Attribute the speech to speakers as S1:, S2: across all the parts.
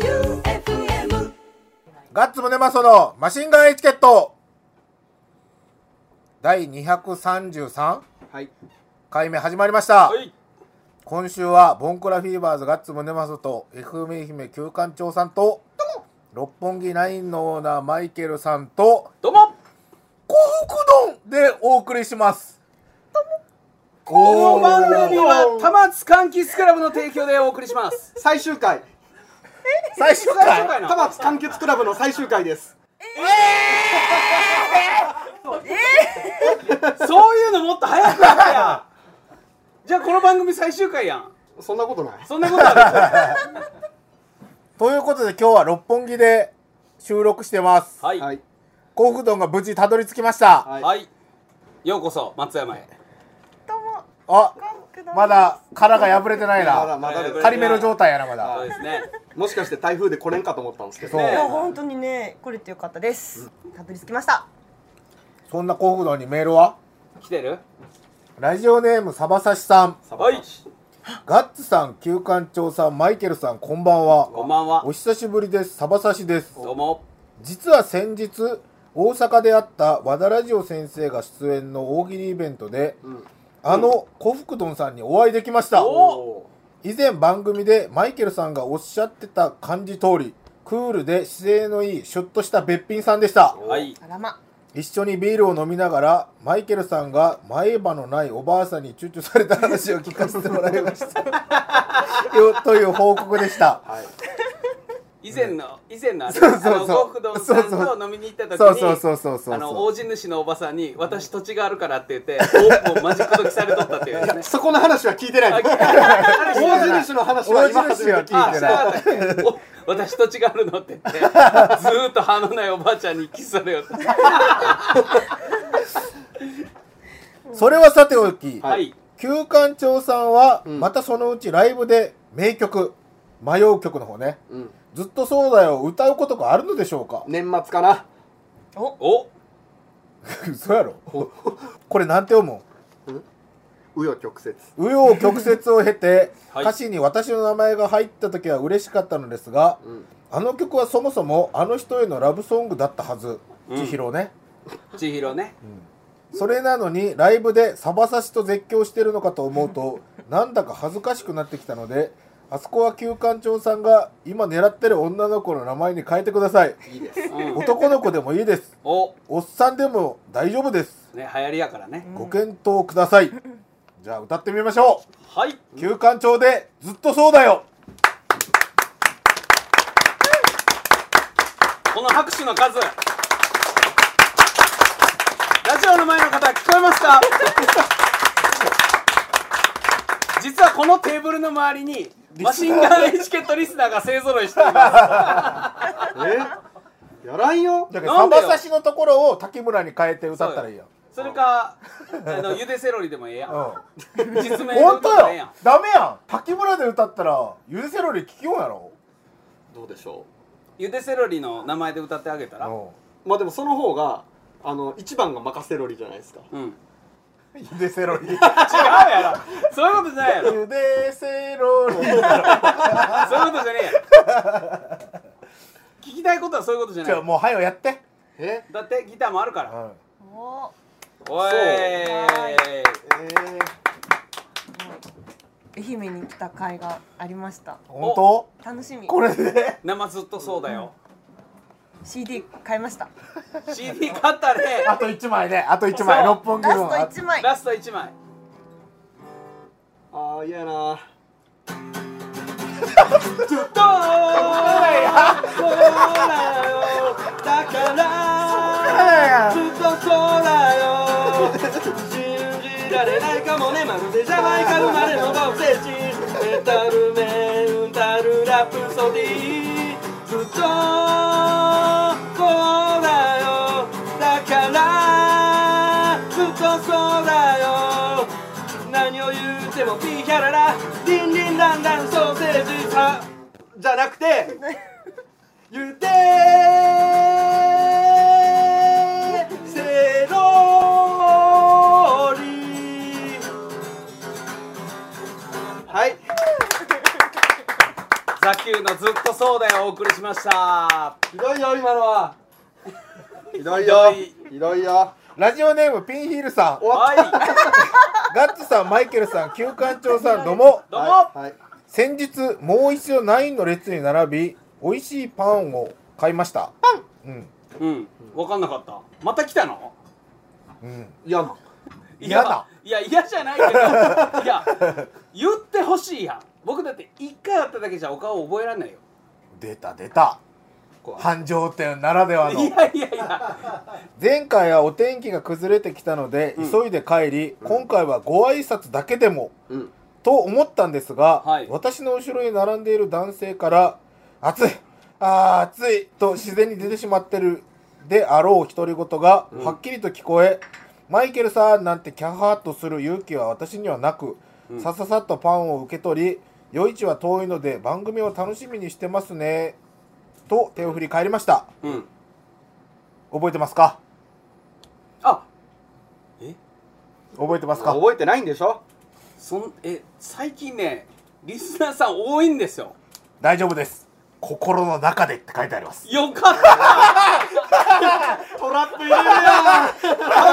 S1: J-O-E-U-F-M
S2: ガッツムネマソのマシンガンエチケット第233
S3: はい。
S2: 回目始まりました、
S3: はい。
S2: 今週はボンクラフィーバーズガッツムネマソと FM 愛媛旧館長さんと六本木ナインのオーナーマイケルさんと
S3: どうも。
S2: 幸福丼でお送りします
S3: この番組
S2: おー
S3: は多摩津柑橘クラブの提供でお送りします。
S4: 最終回
S2: 最終
S3: 最終
S2: 回
S3: 回
S4: 多
S3: の。
S4: 摩津柑橘クラブの最終回です
S3: そういうのもっと早くやったや。じゃあこの番組最終回やん。
S4: そんなことない
S3: そんなことあ
S2: ということで今日は六本木で収録してます
S3: る。はい。
S4: は
S3: はいい。
S2: 幸福丼が無事たどり着きました、
S4: はい
S3: ようこそ松山へ。
S2: あまだ殻が破れてないな
S4: まだまだです
S2: 仮目の状態やなまだ
S3: そうですね。
S4: もしかして台風で来れんかと思ったんですけ
S2: そ
S4: ど
S2: う
S5: いや本当にね来れてよかったですたどり着きました
S2: そんな幸福堂にメールは
S3: 来てる？
S2: ラジオネームサバサシさん
S4: サバ
S3: は
S4: サ
S3: い。
S2: ガッツさん旧館長さんマイケルさんこんばんは
S3: こんばんは
S2: お。久しぶりですサバサシです
S3: どうも。
S2: 実は先日大阪であった和田ラジオ先生が出演の大喜利イベントで、
S4: ん
S2: あの幸福丼さんにお会いできました
S3: お
S2: 以前番組でマイケルさんがおっしゃってた感じ通りクールで姿勢のいいシュッとしたべっぴんさんでした
S3: はい。
S5: あらま
S2: 一緒にビールを飲みながらマイケルさんが前歯のないおばあさんに躊躇された話を聞かせてもらいましたよという報告でした
S4: はい
S3: 以前の以前のあ
S2: そうそうそう
S3: のゴフドンさんと飲みに行った時に。
S2: そうそうそうそうそう
S3: あの
S2: そ
S3: 大地主のおばさんに私土地があるからって言って、おもうマジック解きされとったっていう
S4: いや
S3: ね。
S4: そこの話は聞いてないです
S3: あ
S4: 大地主の話は今初めて聞いて
S2: 大
S3: あ、
S2: 地主は聞いてない
S4: ない
S3: 知らなかった っけお私と違うのって言って、ずーっと歯のないおばあちゃんにキスされよって。
S2: うそれはさておき、
S3: はい。
S2: 旧館長さんは
S4: ん
S2: またそのうちライブで名曲迷う曲の方ね
S4: うん
S2: ずっとそうだよを歌うことがあるのでしょうか
S4: 年末かな
S5: お
S3: お、
S2: 嘘やろこれなんて読む ん
S4: 紆余曲折
S2: 紆余曲折を経て、
S3: はい
S2: 歌詞に私の名前が入った時は嬉しかったのですが、
S4: ん
S2: あの曲はそもそもあの人へのラブソングだったはず、
S3: うん
S2: 千尋ね
S3: 千尋ね。
S2: それなのにライブでサバサシと絶叫してるのかと思うとなんだか恥ずかしくなってきたのであそこは旧館長さんが今狙ってる女の子の名前に変えてください
S4: いいです
S3: うん。
S2: 男の子でもいいです
S3: お、
S2: おっさんでも大丈夫です
S3: ね、流行りやからね。
S2: ご検討くださいじゃあ歌ってみましょう
S3: はい。
S2: 旧館長でずっとそうだよ
S3: この拍手の数。ラジオの前の方、聞こえますか 実はこのテーブルの周りに、マシンガンエチケットリスナーが勢ぞろいしています。
S4: えやらんよ
S2: だから
S3: な
S2: サ
S3: んで
S2: バ
S3: よ
S2: サシのところを滝村に変えて歌ったらいいやん
S3: それか、あの、ゆでセロリでもええやん。
S2: う
S3: 実名
S2: ん本当
S3: でもええや
S2: よ
S3: ん。
S2: ダメやん滝村で歌ったらゆでセロリ聞きようやろ
S4: どうでしょ
S3: ゆでセロリの名前で歌ってあげたら。
S2: う
S4: うまあでもその方があの一番が任せロリじゃないですか
S3: うん。違う
S2: んゆでセロリ
S3: やろ。そういうことじゃないやろ。
S2: ゆでセロリ
S3: そういうことじゃねえや ろ。聞きたいことはそういうことじゃな
S2: じゃあ
S3: い。
S2: もうはよやって
S4: え
S3: だってギターもあるか
S2: う
S3: ら。
S2: ん
S5: お
S3: おい。
S5: 愛媛に来た甲斐がありました
S2: 本当
S5: 楽しみ
S2: これで
S3: 生ずっとそうだよ。
S5: CD 買いました
S3: CD 買ったね。
S2: あと1枚ねあと1枚
S3: そう
S2: 六本木
S5: ラ
S2: 分あ
S5: スト1枚
S3: ラスト一枚。
S4: ああ嫌やな
S3: どうだよ。そうだよ。だから。ずっとそうだよ。信じられないかもね、まるでジャマイカ生まれのバウセチ。メタルメンタルラプソディ。ずっとそうだよ。だから。ずっとそうだよ。何を言うてもピーヒャララ。リンリンランランソーセージさ。
S4: じゃなくて
S3: ゆでセロリ
S4: はい
S3: さサキューのずっとそうだよお送りしましたひどいよ今のは
S4: ひどいよひどいよ
S2: ラジオネームピンヒールさん
S3: はい
S2: ガッツさんマイケルさん旧館長さんどうも
S3: どうも、
S4: はいはい
S2: 先日もう一度ナインの列に並び美味しいパンを買いましたパンうん
S3: うん分かんなかったまた来たの
S2: うん
S4: 嫌ない
S2: 嫌
S3: や
S2: だ
S3: いや嫌じゃないけどいや言ってほしいやん僕だって一回会っただけじゃお顔覚えられないよ
S2: 出た出た
S3: こう
S2: 繁盛店ならではいの
S3: やいやいや
S2: 前回はお天気が崩れてきたので、
S4: うん
S2: 急いで帰り、今回はご挨拶だけでも、
S4: うん
S2: と思ったんですが、
S3: はい
S2: 私の後ろに並んでいる男性から「暑いあー暑い」と自然に出てしまってるであろう独り言がはっきりと聞こえ「マイケルさん」なんてキャハーとする勇気は私にはなく、さささっとパンを受け取り「夜市は遠いので番組を楽しみにしてますね」と手を振り帰りました
S3: うん
S2: 覚えてますか
S3: あえ
S2: 覚えてますか
S4: 覚えてないんでしょ
S3: そんえ最近ねリスナーさん多いんですよ
S2: 大丈夫です心の中でって書いてあります
S3: よかった
S4: トラップ入れるや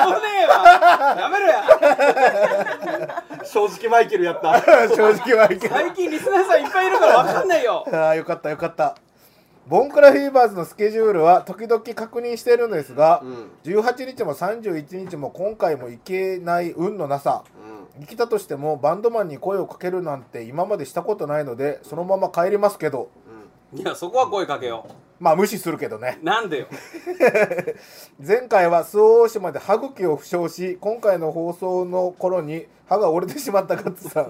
S3: 危ねえわやめろや
S4: ん正直マイケルやった
S2: 正直はいけない
S3: 最近リスナーさんいっぱいいるから分かんないよ
S2: ああよかったよかったボンクラフィーバーズのスケジュールは時々確認しているのですが、
S4: うん
S2: 18日も31日も今回も行けない運のなさ生きたとしてもバンドマンに声をかけるなんて今までしたことないのでそのまま帰りますけど
S3: いやそこは声かけよ
S2: まあ無視するけどね
S3: うなんでよ
S2: 前回は周防大島で歯茎を負傷し今回の放送の頃に歯が折れてしまったガッツさん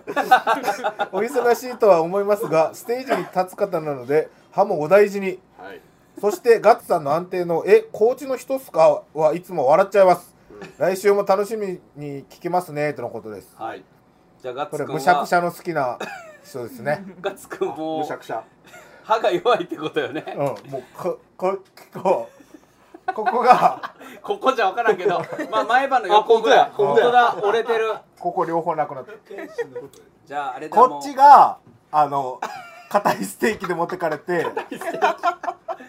S2: お忙しいとは思いますがステージに立つ方なので歯もお大事に
S4: はい
S2: そしてガッツさんの安定の「え高知の人っすか?」はいつも笑っちゃいます来週も楽しみに聞きますねとのことです
S3: はいじゃあガッ
S2: こ
S3: ツ
S2: れ
S3: くん
S2: むしゃく
S3: は
S2: しゃの好きな人ですね
S3: ガッツくんも
S4: むしゃ
S3: う
S4: くしゃ
S3: 歯が弱いってことよね
S2: うんもうここここここが
S3: ここじゃ分からんけど、まあ、前歯の横ぐらい
S4: あ本
S2: 当だ
S3: 本当だ折れてる
S2: ここ両方なくなって
S3: じゃああれだ
S2: こっちがあ の硬いステーキで持ってかれて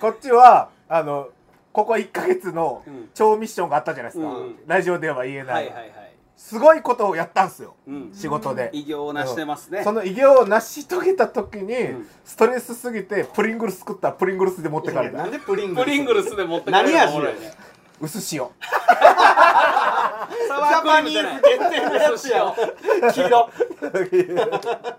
S2: こっちはあのここ1ヶ月の
S3: うん
S2: 超ミッションがあったじゃないですか、
S3: うん
S2: ラジオでは言え
S3: もうは
S2: ない、
S3: いはいはい
S2: すごいことをやったんですよ
S3: うん
S2: 仕事で、
S3: 偉業を成してますね
S2: その偉業を成し遂げた時に、
S3: ん
S2: ストレスすぎてプリングルス食ったらプリングルスで持ってかれ
S4: な
S2: た
S4: んでプリング
S3: プ
S4: ルス
S3: リングルスで持って帰るのおもろいね
S4: 何味よ
S2: 薄塩
S4: ジ
S3: サ
S4: ャパニーズ限定のやつや黄色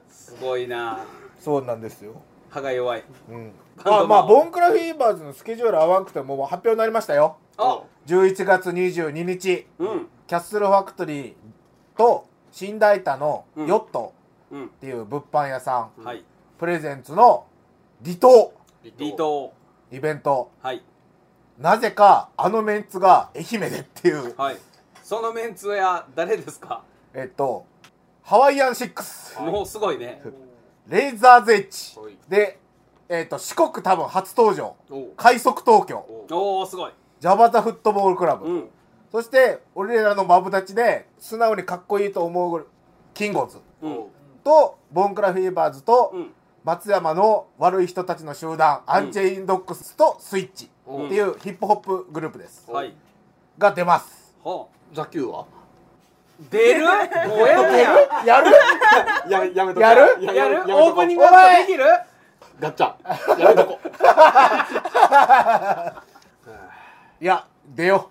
S3: すごいな
S2: そうなんですよ、
S3: 歯が弱い
S2: うん、
S3: バ
S2: まあ
S3: ンドマン
S2: まあボンクラフィーバーズのスケジュール合わんくてももう発表になりましたよ
S3: あ
S2: 11月22日
S3: うん
S2: キャッスルファクトリーと新大田のヨット
S3: うん
S2: っていう物販屋さん、
S3: はい
S2: プレゼンツの離島
S3: 離島
S2: イベント
S3: はい
S2: なぜかあのメンツが愛媛でっていう
S3: はいそのメンツや誰ですか
S2: えっとハワイアンシックス
S3: もうすごいね
S2: レイザーゼッチ
S4: はい
S2: で、えっと四国多分初登場
S4: おう
S2: 快速東京
S3: おおすごい
S2: ジャバザフットボールクラブ、
S3: うん
S2: そして俺らのマブダチで素直にかっこいいと思うキンゴズ
S3: うん
S2: とボンクラフィーバーズと、
S3: うん
S2: 松山の悪い人たちの集団、アンチェインドックスとスイッチっていうヒップホップグループです、
S3: はい
S2: が出ます
S3: ほ
S4: ザキューは
S3: う出るもうやるやん
S2: やる
S4: ややめとこ
S2: やる
S3: やる
S4: めとこ
S3: オープニングアップできる
S4: ガッチャやめとこ
S2: いや出よ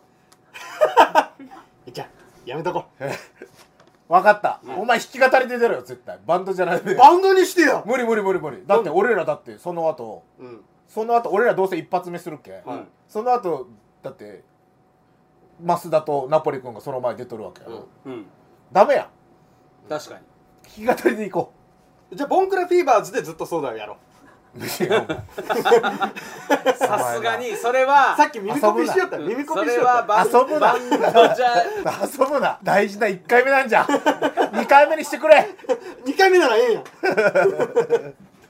S4: いっちゃやめとこ
S2: う分かった、お前弾き語りで出ろよ絶対バンドじゃないで
S4: バンドにしてよ
S2: 無理無理無理無理だって俺らだってその後
S4: うん
S2: その後俺らどうせ一発目するっけ、
S4: はい
S2: その後だって増田とナポリ君がその前出とるわけやろ、
S4: うん
S3: うん
S2: ダメや
S3: 確かに
S2: 弾き語りでいこ
S4: じゃあボンクラフィーバーズでずっとそうだよやろう
S2: ういやお前
S3: さすがにそれは
S4: さっき耳コピーしよったよ耳コ
S3: そ
S4: ピーし
S3: れ
S4: よったよ
S3: はバ ン
S2: 遊ぶな
S3: バンドじゃ
S2: 遊ぶな大事な1回目なんじゃん2回目にしてくれ
S4: 2回目ならええんや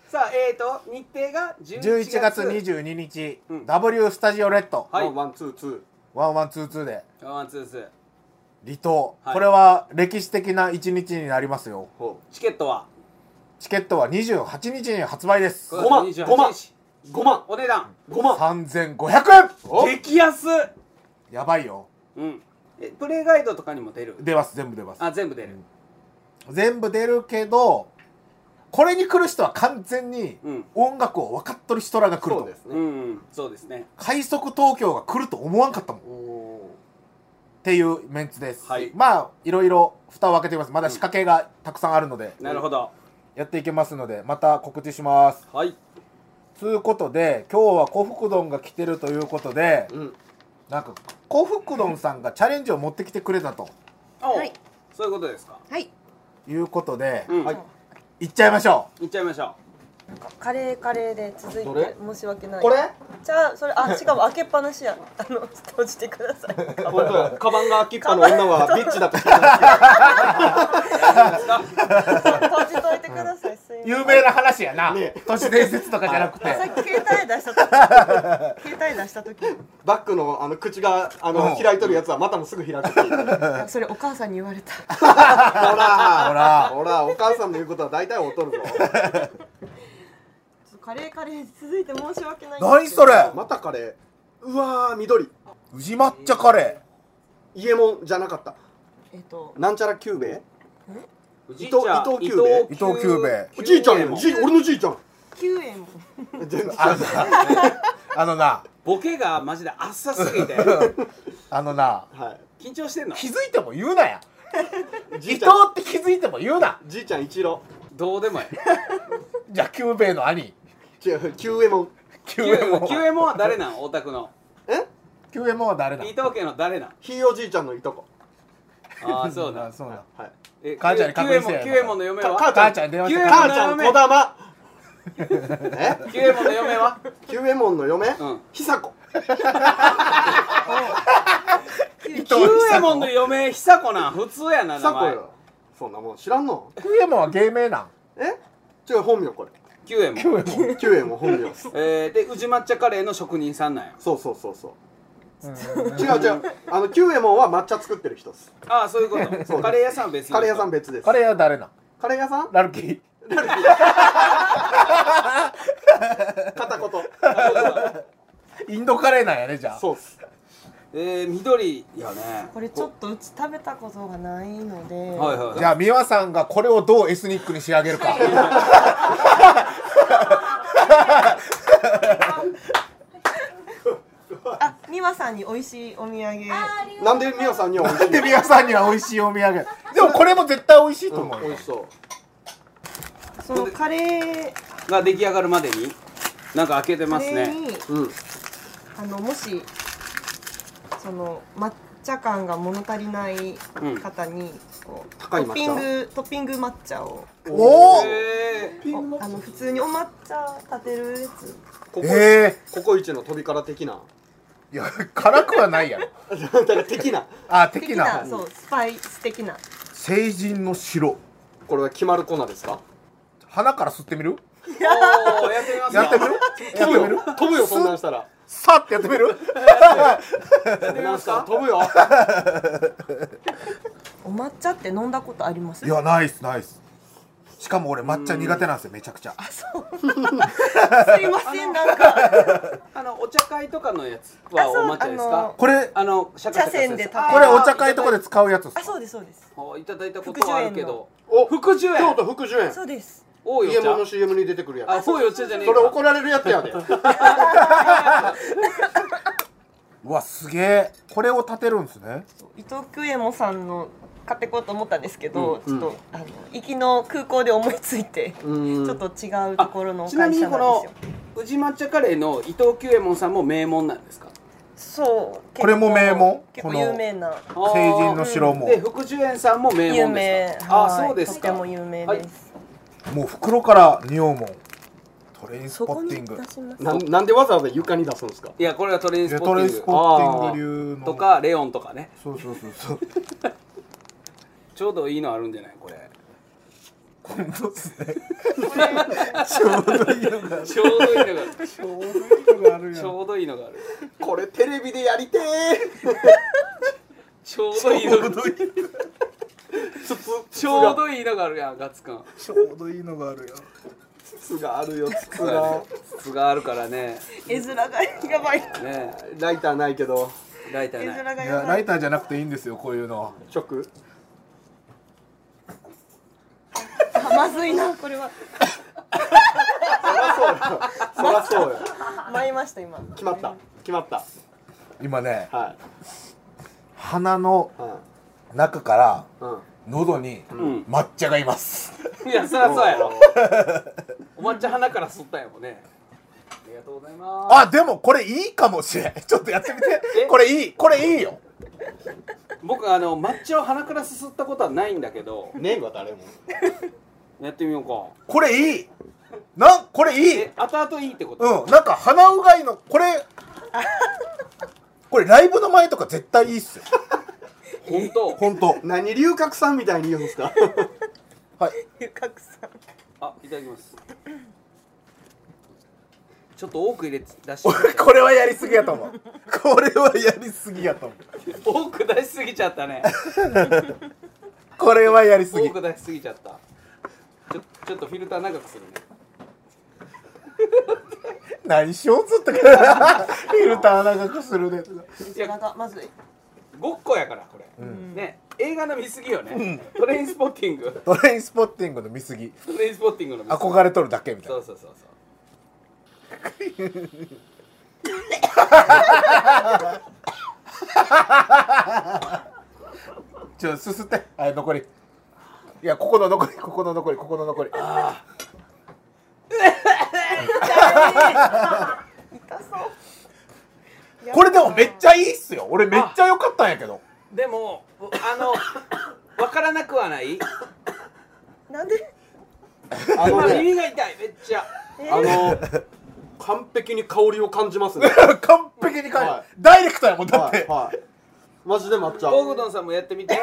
S3: さあえーと日程が
S2: 11
S3: 11
S2: 月
S3: 月
S2: 22日、
S3: うん
S2: W スタジオレッド、
S3: はい
S4: ワンツーツ
S2: 1122で
S3: ワンツーツー
S2: 離島、
S3: はい
S2: これは歴史的な一日になりますよ
S4: ーほ
S3: チケットは
S2: チケットは28日に発売です
S4: 五万
S3: 28
S4: 五万
S3: 日
S4: 5万
S3: お値段
S4: 5万
S2: 3500円
S3: 激安
S2: やばいよ
S3: うんえプレイガイドとかにも出る
S2: 出ます全部出ます
S3: あ全部出る
S2: 全部出るけどこれに来る人は完全に
S3: うん
S2: 音楽を分かっとる人らが来る
S4: そう
S2: と
S4: です
S3: う
S4: ね
S3: んそうですね
S2: 快速東京が来ると思わんかったもんっ
S4: おお
S2: ていうメンツです、
S3: はい
S2: まあいろいろ蓋を開けていますまだ仕掛けがたくさんあるので、
S3: なるほど
S2: やっていけますのでまた告知します
S3: はい
S2: つうことで今日は小福丼が来てるということで
S4: ーうん
S2: なんか小福丼さんがチャレンジを持ってきてくれたと
S3: お
S5: はい
S3: そういうことですか
S5: はい
S2: いうことで、
S3: うん
S4: はい
S2: 行っちゃいましょ
S3: いっちゃいましょ
S5: カレーカレーで続い
S4: どれ
S5: て申し訳ない
S4: これ
S5: じゃあそれあしかも開けっぱなしやあの閉じてください
S4: 本当だカバンが開きっぱの女はビッチだと聞いた
S5: 閉じといてくださいすいうません
S2: 有名な話やな、
S4: ね
S2: 都市伝説とかじゃなくて
S5: さっき携帯出した時携帯出した時
S4: バッグのあの口があの
S2: うん
S4: 開いとるやつはまたもすぐ開くっていうほ
S5: あそれお母さんに言われた
S2: ほ
S4: ら
S2: ら
S4: ほらお母さんの言うことは大体劣るぞ
S5: カレーカレー続いて申し訳ない
S2: 何それ
S4: またカレーうわー緑
S2: 宇治抹茶カレ
S4: 伊右衛門じゃなかった
S5: えっと
S4: なんちゃら久兵衛
S3: う
S4: 伊藤伊藤久兵衛
S2: 伊藤久兵衛
S4: おじいちゃんやんじ
S3: も
S4: い俺のじいちゃ
S5: 9
S4: ん
S5: 円も
S4: 全然
S2: あのなあのな
S3: ボケがマジで浅 すぎて
S2: あのな
S4: は
S3: 緊張してんの
S2: 気づいても言うなや
S4: い
S2: 伊
S4: じい
S2: 藤
S4: ちゃん
S2: って気づいても言うな
S4: じいちゃん一郎
S3: どうでもいい
S2: じゃあ久兵衛の兄
S4: 違う久右衛門
S2: 久
S3: 九
S2: 兵衛も
S3: 右衛門は誰なん大田区の
S4: え
S2: 久右衛門は誰だ
S3: 伊藤家の誰なん
S4: ひいおじいちゃんのいとこ
S3: ああそうだ
S2: あそうだ
S4: はい
S3: え
S2: 母ちゃんに確認せえ
S3: 九右衛門の嫁は
S4: か
S2: 母ちゃんに電話して
S3: 久
S4: 母ちゃん
S3: 嫁
S4: 小玉え
S3: 九右衛門の嫁は
S4: 久右衛門の嫁
S3: うん
S4: 久子
S2: 伊藤
S3: 九右衛門の嫁久子なん普通やな名
S4: 久子
S3: 前
S4: よそんなもん知らんの
S2: 久右衛門は芸名なん
S4: え違う本名これ
S3: 九右衛門
S2: 久右衛
S4: 久右衛門本名
S3: えーで宇治抹茶カレーの職人さんなんや
S4: そうそうそうそう
S2: 門うん
S4: 違う違うあの久右衛門は抹茶作ってる人です
S3: ああそういうことカレー屋さんは別に
S4: カレー屋さん別です
S2: カレーは誰なん
S4: カレー屋さん
S2: ラルキー
S4: 片言
S2: インドカレーなんやねじゃあ
S4: そうっす
S3: えー緑やね
S5: これちょっとうち食べたことがないので、
S3: はいはいはい
S2: じゃあ美和さんがこれをどうエスニックに仕上げるか
S5: あ美和さんに美味しいお土産
S4: なんで美桜さんには美味しい
S2: で美和さんには美味しいお土産でもこれも絶対美味しいと思う
S4: うん美
S2: よ
S4: 味しそう
S5: そのカレー
S3: が出来上がるまでになんか開けて
S5: カ
S3: ます
S5: レー
S3: ね
S5: に
S4: うん
S5: あのもしその抹茶感が物足りない方にこう、
S4: 高い抹
S5: ト
S4: 茶
S5: ッピングトッピング抹茶を
S2: おお
S3: え ー
S5: あの普通にお抹茶立てるやつ
S4: ここ
S2: え
S4: ココイチの飛びから的な
S2: ー、いや辛くはないやろ
S4: だから的な
S2: あ的な
S5: そうスパイス的な
S2: 成人の城
S4: これは決まる粉ですか
S2: 鼻から吸ってみる
S3: おーやってみますか
S2: やってみるやってみる
S4: 飛ぶよそんなんしたら
S2: さってやってみる
S4: やってみますか飛ぶよ
S5: お抹茶って飲んだことあります
S2: いやナイスナイスしかも俺抹茶苦手なんですよめちゃくちゃ
S5: すいませんなんか
S3: あのお茶会とかのやつは
S5: あ
S3: お
S5: そう
S3: 抹茶です
S5: あ
S3: か
S5: の
S2: これ
S3: あのシャカシャカしたやつ
S5: 茶筅で食べる
S2: これお茶会とかで使うやつっす
S5: あ
S2: か
S5: そうですそうです
S3: あいただいたことはあるけど
S4: お
S3: 福寿
S4: 京
S3: 園
S4: 都福寿園
S5: そうです
S3: 多い
S4: 家
S3: お
S4: 物の
S3: 茶
S4: CM に出てくるや
S3: あ
S4: つ
S3: 多いお茶じゃねえ
S4: それ怒られるやつやで
S2: うわすげえこれを立てるんですね
S5: 伊藤久右衛門さんの買ってこうと思ったんですけど、
S4: うん
S5: ちょっとあの行きの空港で思いついて、
S4: うん
S5: ちょっと違うところのお
S3: ちな
S5: 会
S3: みに
S5: 社なん
S3: この
S5: ですよ
S3: 宇治抹茶カレーの伊藤久右衛門さんも名門なんですか
S5: そう
S2: これも名門
S5: 結構
S2: この
S5: 有名な
S2: 成人の城も
S3: で福寿園さんも名
S5: 有
S3: 門で
S5: 名
S3: すかあ
S5: はい
S3: そうですか
S5: とても有名です、
S2: もう袋から匂うもんトレインス
S5: そ
S2: ポ
S5: こ
S2: ッ
S5: に
S2: ティ
S5: 出
S2: ン
S5: し
S2: グ
S5: ます
S4: なんなんでわざわざ床に出すんですか
S3: いやこれはトレイン
S2: いや
S3: スポ
S2: トレインスポ
S3: ッティング
S2: ッティング流
S3: あー
S2: の
S3: とかレオンとかね
S2: そうそうそうそう
S3: ちょうどいいのあるんじゃないこれ
S2: 今度っすねちょうどいいのが
S3: ちょうどいいのがある
S2: ちょうどいいのがあるやん
S3: ちょうどいいのがある
S4: これテレビでやりてー
S3: ちょうどいいのがちょうどいいのがあるやんガッツ感
S2: ちょうどいいのがあるよ
S4: 筒があるよ筒が
S3: 筒があるからね
S5: 絵面がやばい
S3: ね
S4: ライターないけど
S3: ライタ
S5: 絵
S3: ーな
S5: 面
S3: い
S5: が
S2: い
S5: や
S2: や
S5: ば
S2: ラ
S5: い
S2: イターじゃなくていいんですよこういうのは
S4: 直
S5: あまずいなこれは
S4: そりゃそうよ
S5: 参りました今
S4: 決まった決まった
S2: 今ね
S4: は
S2: 鼻の
S4: いは
S2: 中から
S4: いうん
S2: 喉に
S3: ん
S2: 抹茶がいます、
S3: いやそりゃそうやろお抹茶鼻から吸ったんやもんねありがとうございます
S2: あでもこれいいかもしれん ちょっとやってみて
S3: え
S2: これいいこれいいよ
S3: 僕あの抹茶を鼻からすすったことはないんだけど
S4: ねえわ誰も
S3: やってみようか
S2: これいいなんこれいい
S3: え後々いいってこと、
S2: うんなんか鼻うがいのこれこれライブの前とか絶対いいっすよ
S3: 本当
S2: ほんと
S4: 何龍角さんみたいに言うんですか
S2: はい
S5: 龍角散
S3: あいただきますちょっと多く入れて出 して
S2: これこれはやりすぎやと思うこれはやりすぎやと思う
S3: 多く出しすぎちゃったね
S2: これはやりすぎ
S3: 多く出しすぎちゃったちょちょっとフィルター長くするね
S2: 何しようずっと フィルター長くするね
S3: いや
S5: 絵面がまずい
S3: ごっこやからこれ、ね映画の見過ぎよね、トレインスポッティング
S2: トレインスポッティングの見過ぎ
S3: トレインスポッティングの見過ぎ
S2: 憧れとるだけみたい
S3: そ
S2: な
S3: うそうそうそう
S2: ちょっとすすってはい残りいやここの残りここの残りここの残り
S5: 痛そう
S2: これでもめっちゃいいっすよ俺めっちゃ良かったんやけど
S3: でもあ のわからなくはない
S5: なんで
S4: あの
S3: 今
S4: ね
S3: 耳が痛いめっちゃ
S4: あの完璧に香りを感じますね
S2: 完璧に感じ、
S4: はい
S2: ダイレクトやもんだっ
S4: は
S2: て、
S4: いはいマジで抹茶
S3: ゴーグドンさんもやってみて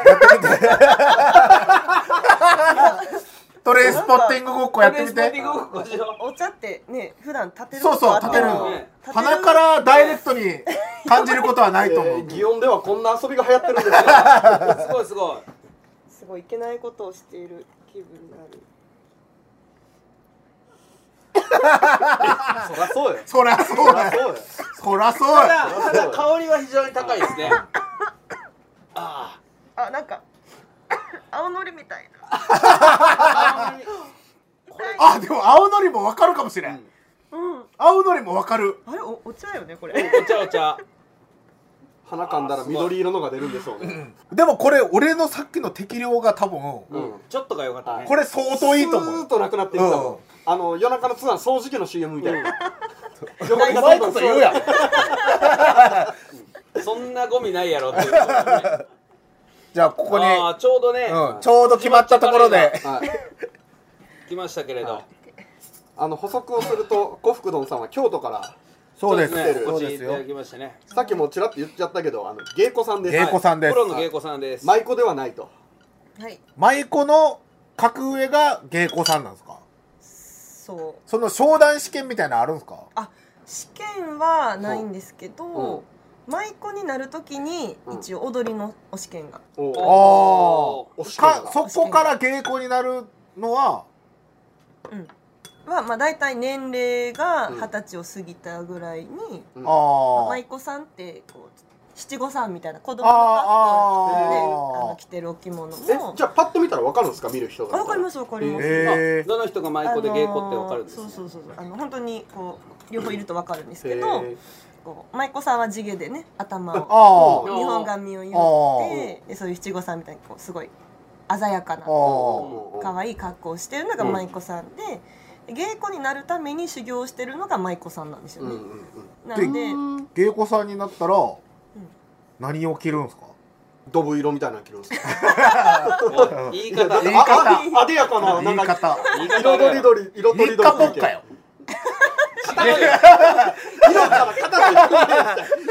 S2: トレインスポッティングごっこやってみ
S3: トレイ
S2: て
S3: ンスポッティングごっこしよ
S5: お茶ってね普段立てる
S2: そうそう立てる
S3: のね
S2: 鼻からダイレクトに感じることはない
S4: え
S2: と思う、
S4: ー、祇園ではこんな遊びが流行ってるんですよ
S3: うすごいすごい
S5: すごいいけないことをしている気分になる
S4: そりゃそうよ
S2: そりゃそう
S4: そりゃ
S2: だ
S4: そう
S2: よ
S4: よ
S2: そりゃそうだ
S3: た
S2: よ
S3: だただ香りは非常に高いですね
S4: あ
S5: あなんか 青のりみたいな
S2: あでも青のりもわかるかもしれん、
S5: うん
S2: 青のりもわかる
S5: あれおお茶よねこれ
S3: お茶お茶
S4: あ花噛んだら緑色のが出るんでしょうね
S2: でもこれ俺のさっきの適量が多分、
S3: うんちょっとが良かったね
S2: これ相当いいと
S4: ス
S2: 思
S4: ーッ
S2: う
S4: となくなっていったもん、
S2: うん
S4: あの夜中のツアー掃除機の CM みたいな、う
S2: うまいこと言うやん
S3: そんなゴミないやろっていうことだね
S2: じゃあここに、
S3: あーちょうどね、
S2: うん、ちょうど決まったところで
S4: はい、
S3: 来ましたけれど、
S4: はいあの補足をすると呉服丼さんは京都から
S2: そうです
S3: ね
S2: そ
S3: お
S2: う
S3: 越し
S2: で
S3: い
S2: す
S3: ただ
S2: よ
S3: きましたね
S4: さっきもちらっと言っちゃったけどあの芸妓さんです
S2: 芸妓さんです
S3: プロの芸妓さんです、
S4: 舞妓ではないと
S5: はい
S2: 舞妓の格上が芸妓さんなんですか
S5: そう
S2: その商談試験みたいなのあるんですか
S5: 試験はないんですけど、舞妓になるときに
S4: うん
S5: 一応踊りのお試験が、
S4: お
S3: お
S4: う
S2: あ
S4: おし
S2: かそ
S4: っ
S2: こから芸妓になるのは
S5: はまあ大体年齢が二十歳を過ぎたぐらいに、
S4: うん
S2: あ
S5: 舞
S2: ー
S5: 妓さんってこう七五三みたいな子供
S2: あー
S5: の格好でね
S2: あー
S5: あの着てるお着物も
S4: えじゃあパッと見たらわかるんですか見る人
S5: あ
S4: が
S5: わかりますすわかります、
S2: へー
S3: どの人が舞妓で芸妓ってわかるんです、ね
S5: あのーそうそうそうあの本当にこう両方いるとわかるんです
S4: け
S5: け
S4: ど
S5: どこう舞妓さんは地毛でね頭を
S2: あー
S5: 日本髪を結ってでそういう七五三みたいにこうすごい鮮やかな
S2: あー
S5: 可愛い格好をしてるのが舞妓さんで、芸妓になるために修行してるのが舞妓さんなんですよ
S4: うん
S5: ね、
S4: うんうん
S5: なので
S2: 芸妓さんになったら何を着るんですか
S4: ドブ色みたいなの着るんですか
S3: お言い方
S2: 言い方
S4: ああでやかなな
S2: 言
S4: ん
S2: い
S4: か
S2: 方
S3: 言い方
S4: 色とりどり色と
S2: 言
S4: り
S2: い
S4: どり
S2: 方ぽっかよ
S4: 色から形に見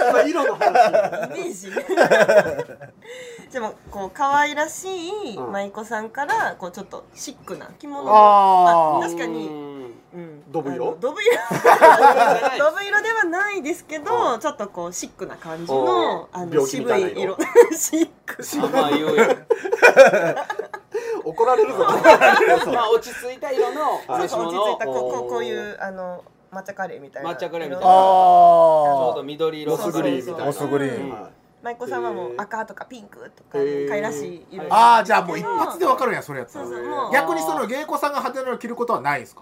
S4: えない色の話
S5: イメージでもこう可愛らしい舞妓さんからこうちょっとシックな着物の
S2: あー
S5: まあ確かに、
S3: うん
S5: うん、
S4: ドブ
S5: あ
S4: 色
S5: のドブ色ドブ色ではないですけどちょっとこうシックな感じの
S4: うん
S5: あの
S4: 病気み
S5: 渋
S4: たいない
S5: 色シック
S3: あんま言うよ
S4: 怒られるぞ。
S3: まあ落ち着いた色の
S5: そう
S3: 飯
S5: そう
S3: 物
S5: 落ち着いたこうこうこうい
S3: ち
S5: うあの抹茶カレーみたいな
S3: 抹茶カレーみたいなょう
S2: あ
S3: ど
S2: あ
S3: 緑色
S4: ロスグリーンみたいな。
S2: ロスグリーン
S4: は
S5: 舞妓さんはもう赤とかピンクとか
S4: へー
S5: 貝らしい色
S2: ああじゃあもう一発でわかるんやそれやった
S5: そう
S2: ら
S5: そうもう
S2: 逆にその芸妓さんが派手なの着ることはないんですか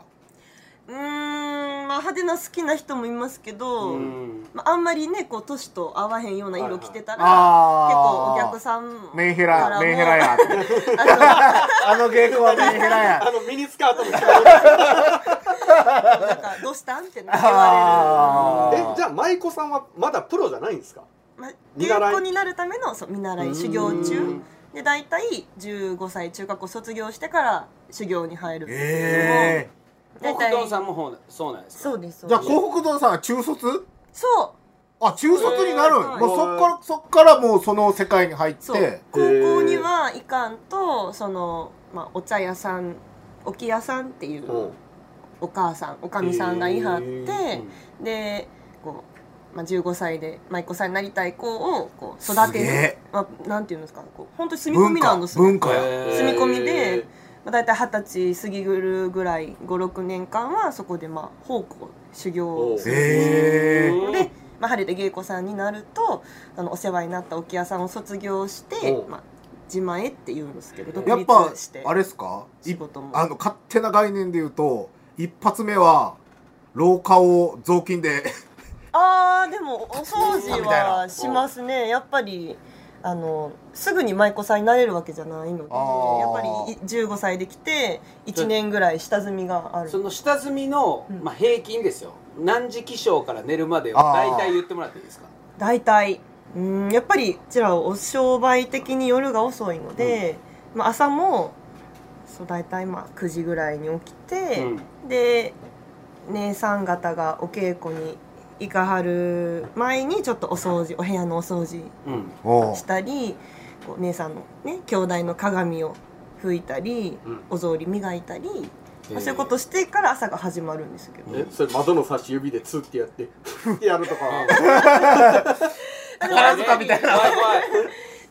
S5: うーんまあ派手な好きな人もいますけど、
S3: うん
S5: まあ、あんまりねこう年と合わへんような色着てたら、
S2: あ
S5: 結構
S2: あ
S5: お客さん
S2: メンヘラ
S5: からも
S2: メンヘラやあの芸妓はメンヘラや
S4: あのミニスカートの人。
S5: なんかどうしたんって言われる
S2: あー
S4: え、じゃあ舞妓さんはまだプロじゃないんですか。
S5: まあ、
S4: 見
S5: 芸
S4: 習い
S5: 妓になるためのそう見習い修行中で大体15歳中学校卒業してから修行に入るんですけども大
S2: え
S3: 北
S5: 体
S3: 斗さんもほうそうなんですか
S5: そうですそ
S2: え
S5: う
S2: じゃあ
S5: です
S2: 幸福堂さんは中卒
S5: そう
S2: あ中卒になる、
S5: えー
S2: もうそっからそっからもうその世界に入っ
S5: そう
S2: て
S5: 高校には行かんとその、まあ、お茶屋さん沖屋さんっていう
S4: うん。
S5: お母さんおかみさんがいはって、
S4: へ
S5: でこう、まあ、15歳で舞妓さんになりたい子をこう育
S2: す
S5: て
S2: げ
S5: る
S2: え、
S5: まあ、なんていうんですかこう本当に住み込
S2: 文
S5: みな
S2: 化
S5: んですよ
S2: 文化や
S5: 住み込みで、まあ、大体二十歳過ぎるぐらい56年間はそこでまあ奉公修行をする
S2: ええ
S5: で、まあ、晴れて芸妓さんになるとあのお世話になった置屋さんを卒業して
S4: お、
S5: まあ、自前っていうんですけど独
S2: やっぱ
S5: 立して
S2: あれですか
S5: 仕事も
S2: あの勝手な概念で言うと一発目は廊下を雑巾で
S5: あーでもお掃除
S2: みたいな
S5: はしますねやっぱりあのすぐに舞妓さんになれるわけじゃないので
S2: あー
S5: やっぱりい15歳で来て1年ぐらい下積みがある
S3: その下積みの、
S5: うん
S3: まあ、平均ですよ何時起床から寝るまでを
S2: あー
S3: 大体言ってもらっていいですか
S5: 大体うんやっぱりうちらはお商売的に夜が遅いので、まあ、朝もそう大体まあ9時ぐらいに起きて、で姉さん方がお稽古に行かはる前にちょっとお掃除お部屋のお掃除
S3: うんうん
S2: おう
S5: したりこう姉さんのね兄弟の鏡を拭いたり、
S4: うん
S5: お草履磨いたり、
S3: えー
S5: そういうことしてから朝が始まるんですけど、
S4: え、それ窓の差し指でつってやって、ふってやるとか。
S3: 宝塚みたいな怖い怖い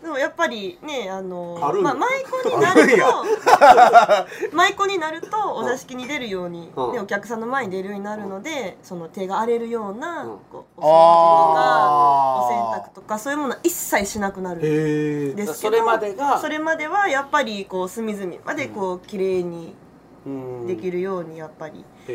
S5: でもやっぱりねあの
S4: あるん
S5: まあ、
S4: だ
S5: 舞妓になると 舞妓になるとお座敷に出るように、ね、
S4: うん
S5: お客さんの前に出るようになるのでその手が荒れるような、
S4: うん
S5: こうお掃除とか
S2: あ
S5: お洗濯とかそういうものは一切しなくなるんです
S4: へえ。
S5: けど
S3: それまでが
S5: それまではやっぱりこう隅々までこう綺麗に
S3: うん
S5: できるようにやっぱり、うん、お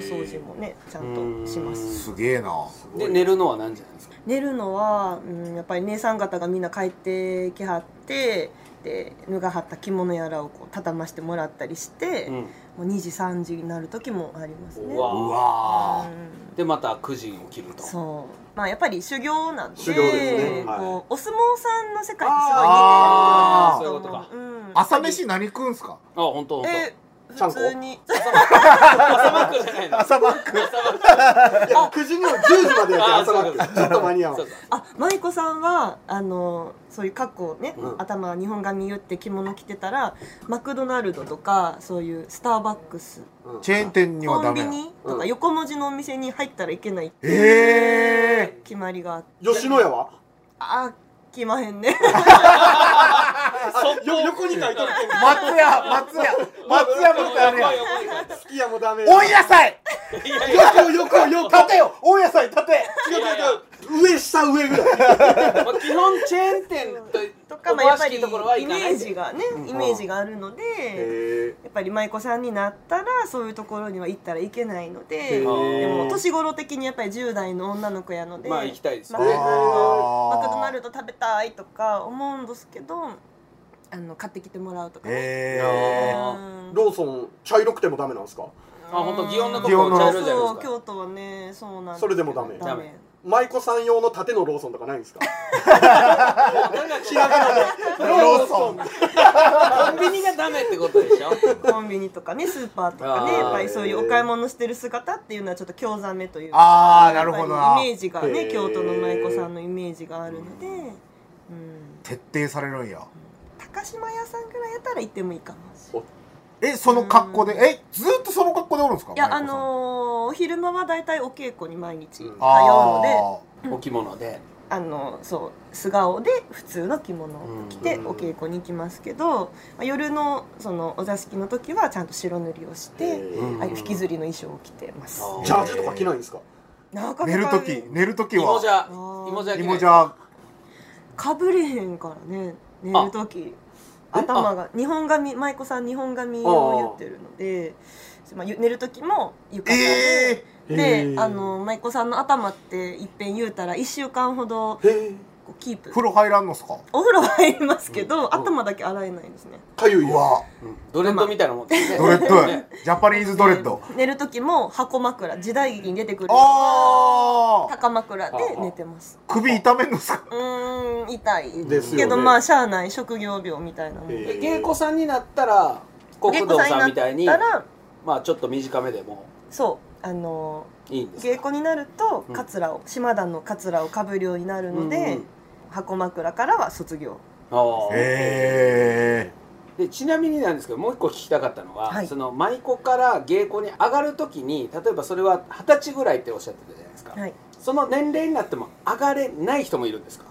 S5: 掃除もねちゃんとしま
S3: う
S5: す
S2: す
S3: ん
S2: げえな
S3: で寝るのは何時なんですか
S5: 寝るのは、うん、やっぱり姉さん方がみんな帰ってきはってで脱がはった着物やらをこう畳ましてもらったりして、
S3: うん
S5: もう2時3時になる時もありますね
S3: うわ
S2: うわ
S5: うん
S3: でまた9時に起きると
S5: そうまあやっぱり修行なんで
S4: 修行ですねはい
S5: こうお相撲さんの世界と
S2: あ
S3: ー
S5: すごい似てる
S3: あー
S5: と思ううん
S2: ー朝飯何食うんすか
S3: あ本当本
S5: え
S4: ちゃ
S5: 普
S4: んこ
S5: 通に
S3: 当。朝マックじゃないの
S2: 朝マック
S4: 9時には10時までやって
S3: あ
S4: 朝マ
S3: そうか
S4: ックちょっと間に合わ
S3: そ
S4: ん
S3: うか
S5: あ舞妓さんはあのそういう格好ね、
S4: うん
S5: 頭日本髪言って着物着てたらマクドナルドとかそういうスターバックス
S4: うん
S2: チェーン店には
S5: コ
S2: ダ
S5: ン
S2: メ
S5: ビ
S2: な
S5: ニと
S4: う
S5: か
S4: ん
S5: 横文字のお店に入ったらいけないっていう
S2: ええ
S5: 決まりがあって、
S4: 吉野家は
S5: あ来まへんね
S4: あよ横に書いてるけど
S2: ー、松屋 松屋松屋もダメや
S4: 好きやもダメ
S2: 温野菜
S4: 横横横
S2: 立てよ温野菜立て
S4: 違う違う違う上下上ぐらい
S3: まあ基本チェーン店と
S5: とかまあやっぱり
S3: おところは
S5: イ
S3: 行かな
S5: メ
S3: い
S5: ージがねイメージがあるので
S4: へ
S5: やっぱり舞妓さんになったらそういうところには行ったらいけないのでで
S4: ー
S5: も年頃的にやっぱり10代の女の子やので
S3: まあ行きたいです
S5: マ
S3: よ
S5: クド
S3: ね
S5: ナルド
S2: あー
S5: マクドナルド食べたいとか思うんですけどあの買ってきてもらうとかね、
S2: え
S5: う
S2: え
S5: ん
S4: ローソン茶色くてもダメなんですか
S3: あ本当祇園のとこ
S2: 祇園の
S3: 茶
S2: あ
S3: 色いじゃ
S5: そう
S3: ないですか
S5: 京都はねそうなんです
S4: それでもダメ
S5: ダ
S3: ダメ
S5: メ
S4: 舞妓さん用の縦のローソンとかないんですか
S3: ひらがなで
S2: ローソン
S3: コンビニがダメってことでしょ
S5: コンビニとかねスーパーとかね
S3: あー
S5: やっぱりそういうお買い物してる姿っていうのはちょっと興ざめというか
S2: ああなるほど
S5: やっぱ
S2: な
S5: りイメージが
S4: へ
S5: ね
S4: ー
S5: 京都の舞妓さんのイメージがあるので、うん、
S2: 徹底されるんや
S5: 高島屋さんぐらいやったら行ってもいいかもしれない
S2: えその格好でえずっとその格好でおるんですか
S5: いや
S2: 舞妓
S5: あ
S2: さん
S5: のー、昼間は大体お稽古に毎日通うので
S2: あ
S3: お着物で
S5: ああのそう素顔で普通の着物を着て
S4: うん
S5: お稽古に行きますけど、まあ、夜のそのお座敷の時はちゃんと白塗りをして、
S4: うん
S5: あ引きずりの衣装を着てます。
S4: ジャージとか着ないんですか
S5: なかなか
S2: 寝るとき寝るとき
S3: 芋じ
S2: は
S3: ゃ芋じゃ
S2: 芋じゃ
S5: かぶれへんからね寝る時
S3: あえ
S5: 頭が日本髪舞妓さん日本髪を言ってるので、まあ、ゆ寝る時も浴衣で。
S2: え
S5: で、
S4: へー
S5: あの舞妓さんの頭っていっぺん言うたら1週間ほど
S4: へえ
S5: こうキープ
S2: ー、風呂入らんのっすか
S5: お風呂入りますけど、頭だけ洗えないんですね
S4: かゆいうよ
S2: わ
S3: ドレッドみたいなもん ですね
S2: ドレッドジャパニーズドレッド
S5: で寝る時も箱枕時代劇に出てくる
S2: ああ
S5: 高枕で寝てます
S2: 首痛めんのっすか
S5: うーん痛い
S4: ですよね
S5: けどまあしゃあない職業病みたいなもん
S4: へ
S5: で
S3: で芸妓さんになったら国道さんみたいに
S5: たら
S3: まあちょっと短めでも
S5: そうあの
S3: いいんです
S5: 芸
S3: か
S5: 妓になると
S3: うん
S5: カツラを島田のカツラをかぶるようになるの
S3: うんう
S5: で
S3: ん
S5: 箱枕からは卒業
S3: ああ
S2: え
S3: でちなみになんですけどもう一個聞きたかったのは、
S5: はい
S3: その舞妓から芸妓に上がるときに例えばそれは二十歳ぐらいっておっしゃってたじゃないですか、
S5: はい
S3: その年齢になっても上がれない人もいるんですか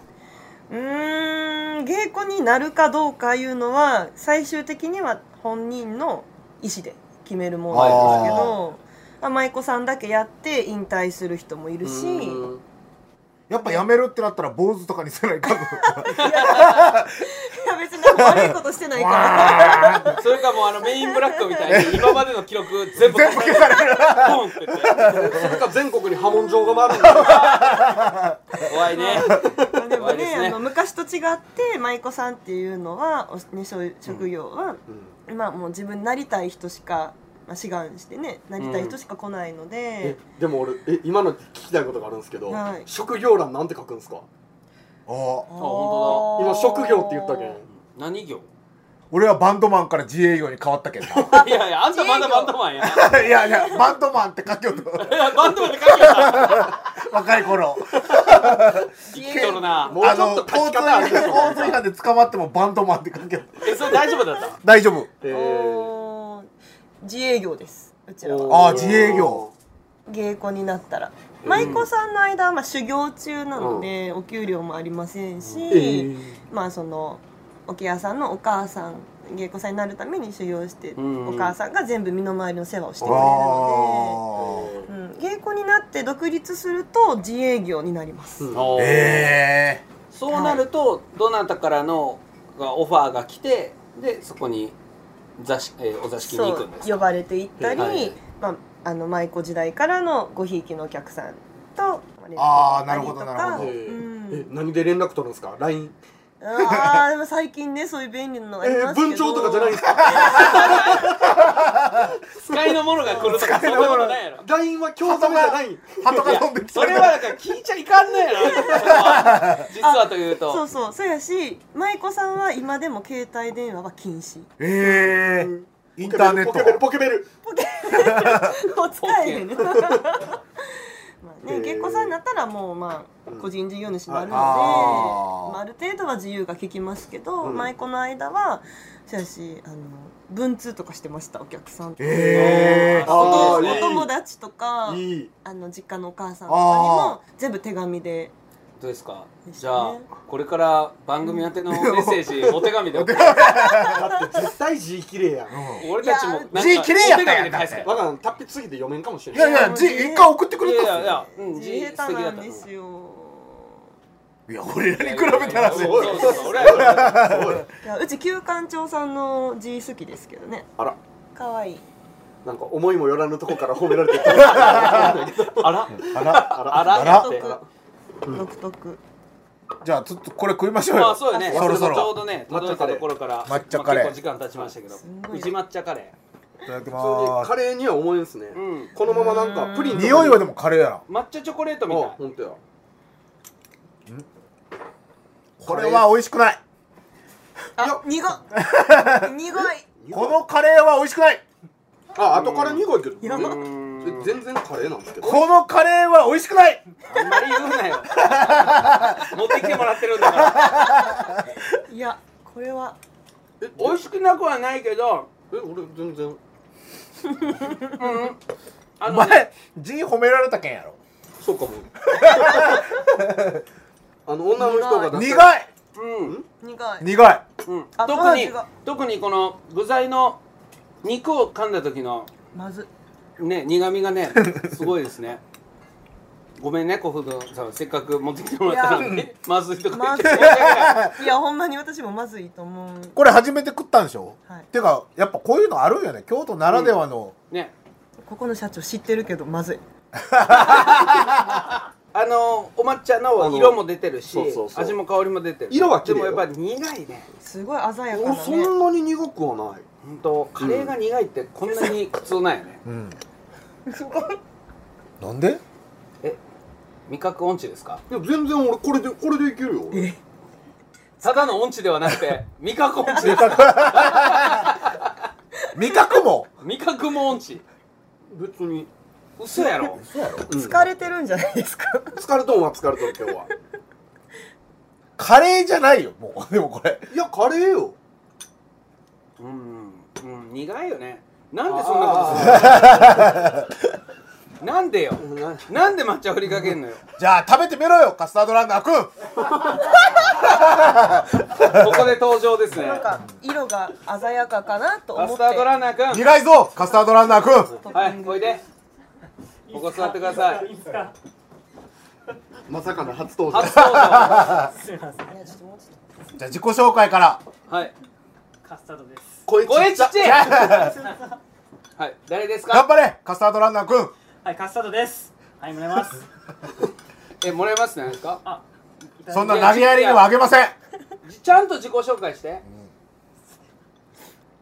S5: うーん芸妓になるかどうかいうのは最終的には本人の意思で決めるものなんですけどまあ舞妓さんだけやって引退する人もいるし
S3: うん
S2: ー、やっぱやめるってなったら坊主とかにせないかんの
S5: いや別になんか悪いことしてないから
S3: それかもうあのメインブラックみたい に今までの記録全部
S2: 全部消される
S3: ポンって言って
S4: それか全国に波紋状が回る んだ
S3: 怖いね
S5: まあ でも
S3: 怖いです
S5: ね
S3: ね
S5: あの昔と違って舞妓さんっていうのはお、ね、そういう職業は、まあもう自分なりたい人しか、まあ、志願してねなりたい人しか来ないの
S4: え
S5: で、
S4: でも俺え今の聞きたいことがあるんですけど、
S5: はい
S4: 職業欄なんて書くんですか
S2: あ
S5: あー
S2: あ
S3: 本
S4: 今職業って言ったけん
S3: 何業
S2: 俺はバンドマンから自営業に変わった けど
S3: いやいやあんたまだバンドマンや
S2: ないやいやバンドマンって書きよと
S3: バンドマンって 書けた
S2: 若い頃
S3: 生きとるな
S4: もうちょっと書
S2: 交
S4: き
S2: 通
S4: 方あるでしょ
S2: 交通違反で捕まってもバンドマンって書きよった
S3: えそれ大丈夫だった
S2: 大丈夫
S4: えー
S5: おー自営業ですうちらは。
S2: あー自営業
S5: 芸妓になったら舞妓さんの間はまあ修行中なので、お給料もありませんし、まあその桶屋さんのお母さん芸妓さんになるために修行して、
S3: ん
S5: お母さんが全部身の回りの世話をしてくれるの
S2: あ
S5: で、うん、芸妓になって独立すると自営業になります、
S2: あええ
S3: そうなると、どなたからのがオファーが来てでそこに座敷、えーお座敷に
S5: そ
S3: 行く
S5: うん
S3: です
S5: 呼ばれていったり、
S3: はいはい
S5: まあ、あの舞妓時代からのごひいきのお客さんと
S2: あーなるほどなるほ
S4: え
S2: ど
S4: ー
S5: うん
S4: え何で連絡取るんですか LINE
S5: あーでも最近ねそういう便利なのがあり
S4: え
S5: ま
S4: ー
S5: すけど、
S4: 文鳥とかじゃないんですか
S3: 使いのものが来るとかそんなことないやろ
S4: LINE は興ざめじゃない
S2: 鳩が飛んでき
S3: そ
S2: て
S3: れ
S2: る
S3: はだから聞いちゃいかんのやろ実はとい
S5: そ
S3: う
S5: う
S3: と
S5: そうそうやし舞妓さんは今でも携帯電話は禁 止
S2: ええインターネット
S4: ポケベルポケベル
S5: お使えへん まあ
S4: へ
S5: ね
S4: ー
S5: 結婚さんになったらもうまあ個人事業主になるので、
S2: あー
S5: まあ、ある程度は自由が利きますけど、
S4: うん
S5: 舞妓の間はそうやしあの文通とかしてましたお客さんと、
S2: ええ
S5: お
S4: あ
S5: 友
S4: ーいい
S5: お友達とか
S4: いい
S5: あの実家のお母さんとかにも全部手紙で
S3: どうですか
S5: ですね
S3: じゃあこれから番組宛てのメッセージお手紙で送る
S4: だって絶対字綺麗やん
S3: 俺たちもなんかお
S2: 字
S3: 手
S2: 綺麗やったやん
S3: 紙で返すから
S4: わからん達筆すぎて読めんかもしれ
S2: い
S4: な
S2: や
S4: い
S2: いやじ一回送ってく
S3: い
S2: れ
S3: やい
S2: たっす
S3: やいや、うん、
S5: 自
S3: 字
S5: 衛
S3: 素敵だ
S5: 隊な
S3: った
S5: ん
S3: と思う
S5: ですよ。
S2: いや俺らに比べたら
S3: いやいや
S2: ね
S3: そうそうそう俺ら
S4: すごい
S5: いやうち旧館長さんの字好きですけどね
S4: あら
S5: 可愛い
S4: なんか思いもよらぬとこから褒められ てるあ
S3: あら
S2: あら
S4: ら
S3: あら
S2: あら
S3: って
S5: 独独特
S2: じゃあちょっとこれ食いましょう
S3: まあ
S2: よ
S3: そうよね。
S2: そろそろ
S3: ちょうどね、届いたところから
S2: 抹茶カレー
S3: まあ結構時間経ちましたけど
S5: すごい、な
S3: うち抹茶カレ
S2: いただき
S4: 普通
S2: ま
S4: にカレーには思えんすね、
S3: ー。うん。
S4: このままなんかプリン
S2: す
S4: とかに
S2: 匂いはでもカレーやな
S3: 抹茶チョコレートみ
S4: あ
S3: たい。
S4: 本当や
S2: これは美味しくない
S5: あ苦っ 苦い
S2: このカレーは美味しくない
S4: あ後から苦いけど
S5: やば
S4: え全然カレーなんですけど
S2: このカレーは美味しくない
S3: あんまり言う なよ。持ってきてもらってるんだから。
S5: いやこれは
S4: え
S3: 美味しくなくはないけど、
S4: え俺全然
S3: あのね、
S2: 前 G 褒められたけんやろ
S4: そうかもあの女の人が出した
S2: 苦い
S3: うん
S5: 苦い
S2: 苦い
S3: うん、
S5: あ
S3: 特に
S5: 味が
S3: 特にこの具材の肉を噛んだ時の
S5: まず
S3: ね苦み がねすごいですねごめんね小フさんせっかく持ってきてもらったの
S5: い
S3: にまずい とか言
S5: ま
S3: っ
S5: ず
S3: て申し訳ない
S5: いやほんまに私もまずいと思う
S2: これ初めて食ったんでしょ、
S5: はい
S2: てかやっぱこういうのあるんやね京都ならではの、
S3: ね
S5: ここの社長知ってるけどまずい
S3: あのお抹茶
S4: あ
S3: の
S4: の
S3: 色も出てるし
S4: そうそうそう
S3: 味も香りも出てる
S4: 色は綺麗よ
S3: でもやっぱり苦いね
S5: すごい鮮やか
S4: お
S5: な
S4: そ
S5: ね
S4: んなに苦くはない
S3: 本当カレーが苦いってこんなに苦痛なんやね
S2: うん、なんで
S3: 味覚音痴ですか
S4: いや全然俺これでこれでいけるよ俺
S3: ただの音痴ではなく て味覚音痴
S2: 味
S3: です
S2: 覚味覚も
S3: 味覚も音痴
S4: 別に
S3: 嘘やろ
S5: 疲れてるんじゃない ですか
S4: 疲れとんは疲れとる今日 は
S2: カレーじゃないよもうでもこれ
S4: いやカレーよ
S3: うん、うん、苦いよねなんでそんなことするのなんでよなんで抹茶振りかけんのよ
S2: じゃあ食べてみろよカスタードランナーくん
S3: ここで登場ですね
S5: なんか色が鮮やかかなと
S3: カ
S5: 思っ
S3: ス
S5: て
S3: タードランナーくん
S2: 苦いぞカスタードランナーくん
S3: はいおいでここ座ってください
S4: まさかの初登場
S3: 初登場
S5: いやちょっともうちょっ
S2: じゃあ自己紹介から
S3: はい
S6: カスタードです。
S4: 声ち
S3: 声ちっちゃいはい誰です
S2: 頑
S3: か
S2: 張れカスタードランナーくん
S6: はい、カスタードです。はい、もらい ます。
S3: えもらえますなんですか
S6: あ、
S2: そんな投げやりにはあげません
S3: じちゃんと自己紹介 して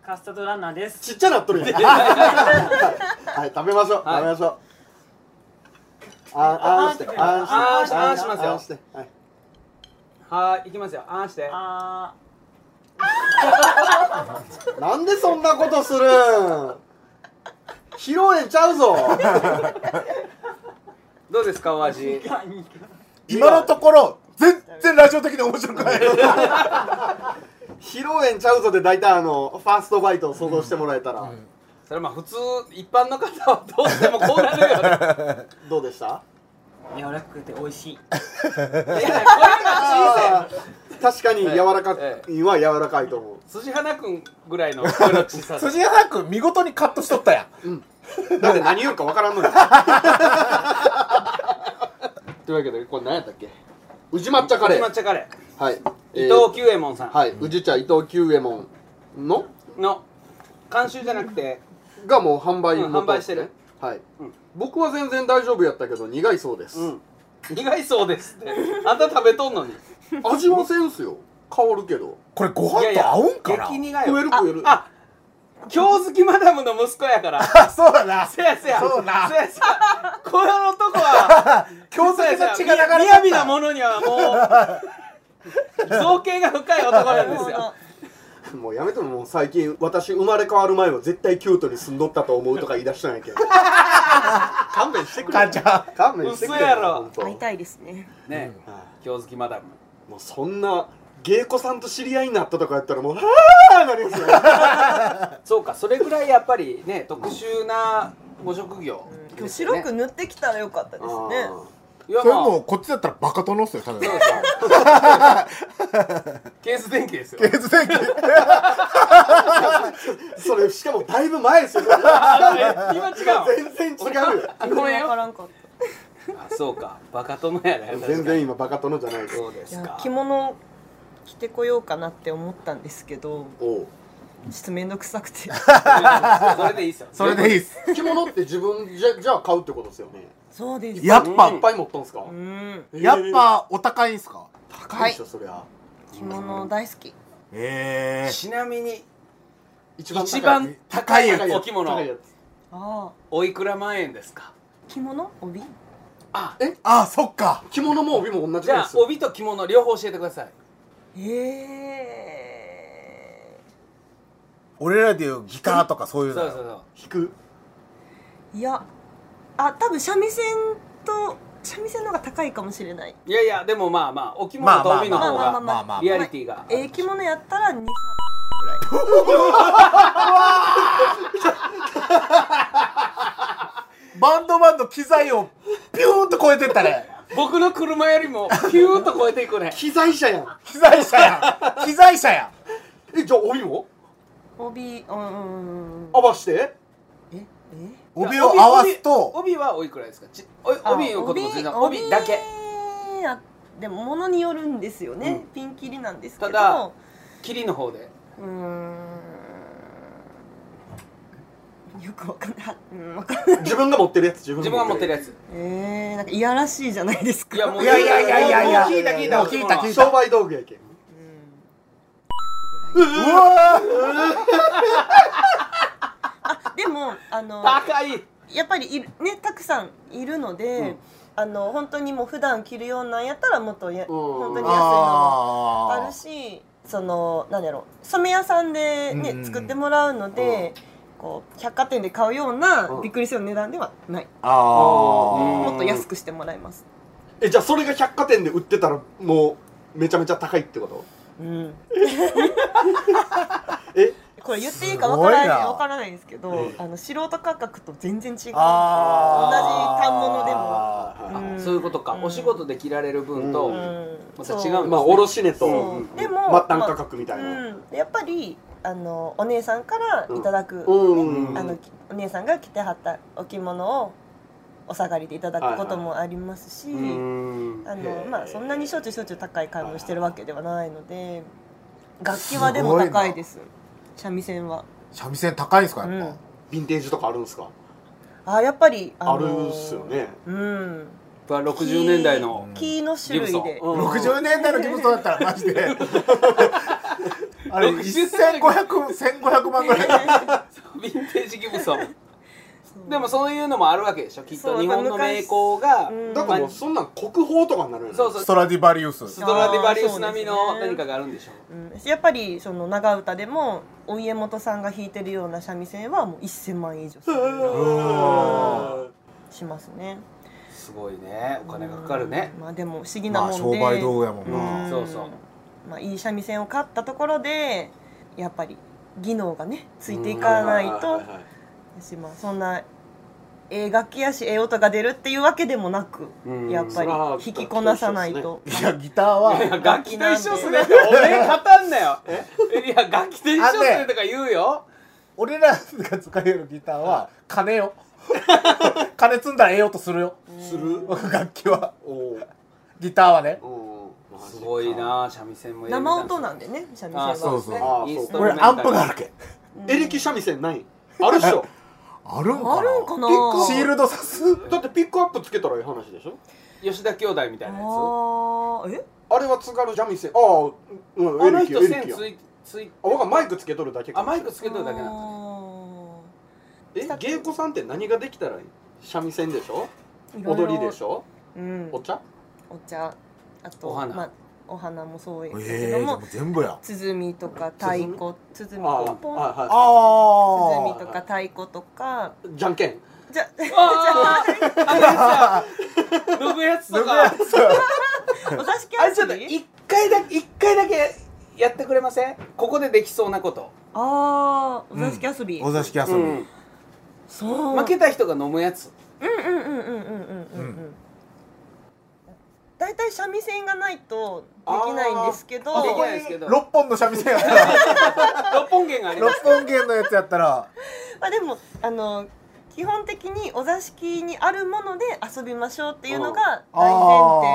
S6: カスタードランナーです。
S4: ちっちゃなっとるやんはい食べましょう、
S3: はい
S4: 食べましょうああんしてあんして
S3: あーしてあーしますよ
S4: あんしてはい
S3: はい行きますよあーして
S6: あ
S4: なんでそんなことするん披露宴ちゃうぞ
S3: どうですかお味
S6: ー、あに
S2: 今のところ全然ラジオ的に面白くない
S4: 披露宴ちゃうぞで大体あのファーストバイトを想像してもらえたら、
S3: それまあ普通一般の方はどうしてもこう なるよね
S4: どうでした
S6: 柔らかくて美味しい。
S3: いやこれが人生
S4: あー確かに柔らか
S3: え
S4: いは柔らかいと思
S3: 辻花くんぐらい の声の小ささ
S2: 辻原くん見事にカットしとったやん
S4: うだって何言うかわからんのにというわけでこれ何やったっけ宇治抹茶カレ
S3: 抹
S4: ー
S3: 茶カレ
S4: はい、
S3: ー、
S4: えー
S3: 伊藤久右衛門さん
S4: はい宇治茶伊藤久右衛門の
S3: の監修じゃなくて
S4: がもう販売元
S3: うん販売してる
S4: はい、
S3: うん
S4: 僕は全然大丈夫やったけど苦いそうです、
S3: うん苦いそうですってあんた食べとんのに
S4: 味はせんすよ香るけど
S2: これご飯と合うんかな
S3: 激苦い
S4: 食え
S3: よ
S4: る食える
S3: あ京月マダムの息子 やから
S2: あそうだな
S3: せやせや
S2: そうな
S3: せやせやこの男は
S2: 京都
S3: せやせ
S2: の
S3: や
S2: 血が流れて
S3: み
S2: った
S3: みやびなものにはもう造形が深い男なん
S5: と
S3: です よ
S4: もうやめてももう最近私生まれ変わる前は絶対キュートに住んどったと思うとか言い出したんやけど勘弁してくれ
S2: 母ちゃ
S4: 勘弁してくれ
S3: 嘘やろ
S4: ほんと
S5: 会いたいですね
S3: ね京月マダム
S4: もうそんな芸妓さんと知り合いになったとかやったらもうああなりますよ
S3: そうかそれぐらいやっぱりね特殊なご職業
S5: 今
S3: で
S5: 日
S3: すよね、
S5: 白く塗ってきたらよかったですね
S3: いや
S2: それ
S3: まあ
S2: もうこっちだったらバカ殿っすよ多分
S3: ケース電気ですよ
S2: 血電気
S4: あーそれしかもだいぶ前ですよ
S3: あ今違う
S4: 全 然違うよ
S3: あ
S5: こ
S3: ごめ
S5: わ
S3: ん
S5: か
S3: よ
S5: らんかっ
S3: あそうかバカ殿やね
S4: 全然今バカ殿じゃないです
S3: そうで
S5: たい
S3: す
S5: や
S3: か
S5: 着物着てこようかなって思ったんですけど
S4: おう
S5: ちょっと面倒くさくて
S3: それでいいっすよ
S2: それでいいっす
S4: 着物って自分じゃじゃあ買うってことですよね
S5: そうです
S2: やっ
S4: いっ
S2: ぱ
S4: ぱい持っとんすか、
S5: うん
S2: やっぱお高いんすか
S4: 高いでしょそりゃ
S5: 着物大好き
S2: ええ
S3: ちなみに
S4: 一
S3: 一番高いお着物
S4: 高いやつ
S5: ああ
S3: おいくら万円ですか
S5: 着物帯
S2: あそっか
S4: 着物も帯も同じ
S3: じ
S4: なん
S3: ゃ
S4: で
S3: あ
S4: すよ
S3: 帯と着物両方教えてください
S5: え
S2: 俺らでいうギターとかそうい
S3: そううそ
S2: の
S3: うそう
S4: 引く
S5: えいやあ多分三味線と三味線の方が高いかもしれない
S3: いやいやでもまあまあお着
S2: ま
S3: 物
S2: あ
S3: と
S2: まあ
S3: 帯の
S2: まあ
S3: 方
S5: まあまあ
S3: が
S5: まあ
S2: まあまあ
S3: リアリティが
S5: ええ着物やったら2
S2: バンドマンの機材をピューンと超えてったね
S3: ボ僕の車よりもピューッと超えていくね
S4: 機材車やん
S2: 機材車やん機材車やん
S4: えじゃあ帯も
S5: 帯うん
S4: 合わして
S5: ええ
S2: 帯を合わす
S3: 帯
S2: と
S3: 帯はおいくらですかちおい
S5: あ
S3: 帯のことも全然帯だけ
S5: 帯あでも物によるんですよね、ピンキリなんですけど
S3: ただ霧の方で
S5: うーんよくわかんない、うん、わかんない
S4: 自分が持ってるやつ自分
S3: 自分が持ってるや
S4: つ
S3: つ
S5: えー、なんかいやらしいじゃないですか
S3: いやもう
S2: いやいやいやいやいや
S3: もう聞いた聞いた
S2: もう聞いた聞いた
S4: 商売道具やけん
S2: うわー
S5: でもあの
S3: 高い
S5: やっぱりいるねたくさんいるので、
S3: うん
S5: あの本当にもう普段着るようなんやったらもっとや、本当に安いのもあ
S2: あ
S5: るしその何やろ染め屋さんで、ね
S2: うんうん
S5: 作ってもらうので、こう百貨店で買うような
S4: うん
S5: びっくりする値段ではない、
S2: ああ
S5: もっと安くしてもらいます、
S4: えじゃあそれが百貨店で売ってたらもうめちゃめちゃ高いってこと
S5: うん、
S4: え
S5: これ言っていいかわから
S2: す
S5: な
S2: ごい
S5: い
S2: な
S5: わからないんですけど
S4: ええ
S5: あの素人価格と全然違う同
S2: あー
S5: じ単物でも、
S4: あ
S5: ん
S3: そういうことかお仕事で着られる分
S4: う
S3: と
S5: うん
S3: また
S5: そ
S3: 違
S5: う
S3: うん
S4: ま
S3: だ
S4: あ卸値と
S5: そう
S4: うん
S5: で
S4: 末
S5: も
S4: 端価格みたいな
S5: うん、やっぱりあのお姉さんからいただく、
S4: うんうん
S5: あのお姉さんが着てはったお着物をお下がりでいただくこともありますし、
S4: うん
S5: あ
S4: へ
S5: の
S4: え
S5: まあ、そんなにしょっちゅうしょっちゅう高い買い物してるわけではないので楽器はでも高いです三味線は。
S2: 三味線高いんですかやっ
S4: ヴィンテージとかあるんですか
S5: あやっぱり、あの
S4: ある
S5: ー
S4: っすよね
S5: うん
S3: 僕は60年代の
S5: キーの種類で
S3: ギブソン
S2: ぱ
S3: うん
S2: 60年代のギブソンだったらマジであれ1500 1500万ぐらい
S3: ヴィンテージギブソン
S5: そう
S3: でもそういうのもあるわけでしょきっ
S5: そ
S3: と
S5: う
S3: 日本の名工が
S5: うん
S4: だからもうそんなん国宝とかになるよね
S3: そうそう
S2: ストラディバリウス
S3: ストラディバリウス並みの何かがあるんでしょ
S5: うん、やっぱりその長唄でもお家元さんが弾いてるような三味線はもう1,000万円以上する
S4: うん
S5: しますね
S3: すごいねお金がかかるね
S5: まあでも不思議な
S2: ま
S5: もん
S2: あ
S5: で、
S2: 商売道具やもんな
S5: うん
S3: そうそう
S5: まあ、いい三味線を買ったところでやっぱり技能がねついていかないと
S4: はははは
S5: だしまあそんなええ楽器やしええ音が出るっていうわけでもなく
S3: うん
S5: やっぱり
S4: そら
S5: 弾きこなさないと、
S2: いやギターは
S3: 楽器と一緒っすねって俺語んなよいや楽器と一緒っすねとか言うよ
S2: 俺らが使えるギターは金よ金積んだらええ音するよ
S4: する
S2: 楽器は
S4: おー
S2: ギターはね
S4: おー
S3: すごいな三味線もやるみたい
S5: 生音なんでね三味線
S3: あ
S5: は
S3: そうですね
S4: そうそう
S3: インストル
S2: 俺
S3: メンタル
S2: アンプがあるけん
S4: エレキ三味線ないあるっしょ
S2: あるんかな
S5: あるんかな
S4: ピッ
S2: シ
S4: ク
S2: ールドさす
S4: だってピックアップつけたらいい話でしょ
S3: 吉田兄弟みたいなや
S5: あーえ
S4: あれは津軽三味線ああうん
S3: つあ
S4: エ
S3: の
S4: レキ
S3: 人
S4: エレ
S3: 線
S4: キや
S3: ついつい
S4: あ僕はマイクつけとるだけ
S3: あマイ
S4: ク
S3: クつけとるだけなんだ
S4: え芸妓さんって何ができたらいい三味線でしょ
S5: いろいろ
S4: 踊りでしょ
S5: うん
S4: お茶
S5: お茶あと
S3: お花
S5: まあ、お花もそうやけ
S2: ええ
S5: ど
S2: でも
S5: も、
S2: 全部や
S5: 鼓とか太鼓鼓
S4: ああ
S5: とポン
S4: はいは
S2: あ
S5: 鼓と
S4: ー
S5: か太鼓とか
S4: いじゃんけん
S5: じゃじゃ
S3: あ
S5: あ
S3: ーあれさ脱ぐやつ とか
S5: お座敷
S3: あれちょっと
S5: 遊び
S3: 一回だけ一回だけやってくれませんここでできそうなこと
S5: あーお座敷遊び、
S2: お座敷遊び、
S3: うん
S5: そう
S3: 負けた人が飲むやつ
S5: うんうんうんうんうんうんうんうん大体三味線がないとできないんですけど
S3: できないですけど
S2: 六本の三味線やった ら
S3: 六本弦がありま
S2: 六
S3: す
S2: 本弦のやつやったら
S5: まあでもあの基本的にお座敷にあるもので遊びましょうっていうのが大前
S4: あ
S5: 提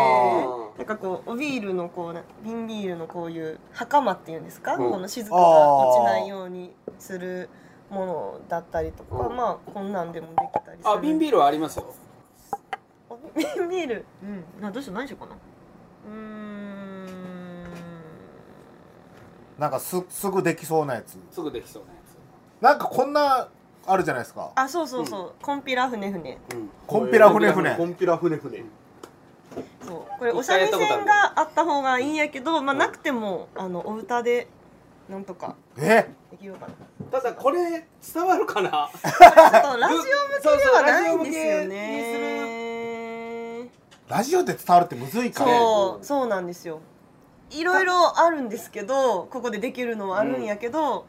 S5: なんかこうおビールのこうな瓶ビールのこういう袴っていうんですか、
S4: うん
S5: この静かが落ちないようにするものだったりとか、
S4: うん
S5: まあこんなんでもできたりする
S3: あ瓶ビールはありますよ
S5: お瓶ビールうんなどうしよう何しようかなうーん
S2: なんかすすぐできそうなやつ
S3: すぐできそうなや
S2: なんかこんなあるじゃないですか
S5: あそうそうそう、コンピラふねふね
S3: つうん
S2: コンピラ船船
S4: コンピラ船船
S5: そうこれお三味線があった方がいいんやけど、まあ、なくてもあのお歌でなんとか
S2: え
S5: できようかなち
S3: ただこれ伝わるかな
S5: ょっとラジオ向けではないんですよね
S2: ラジオで伝わるってむずいから
S5: そうそうなんですよいろいろあるんですけどここでできるのはあるんやけど、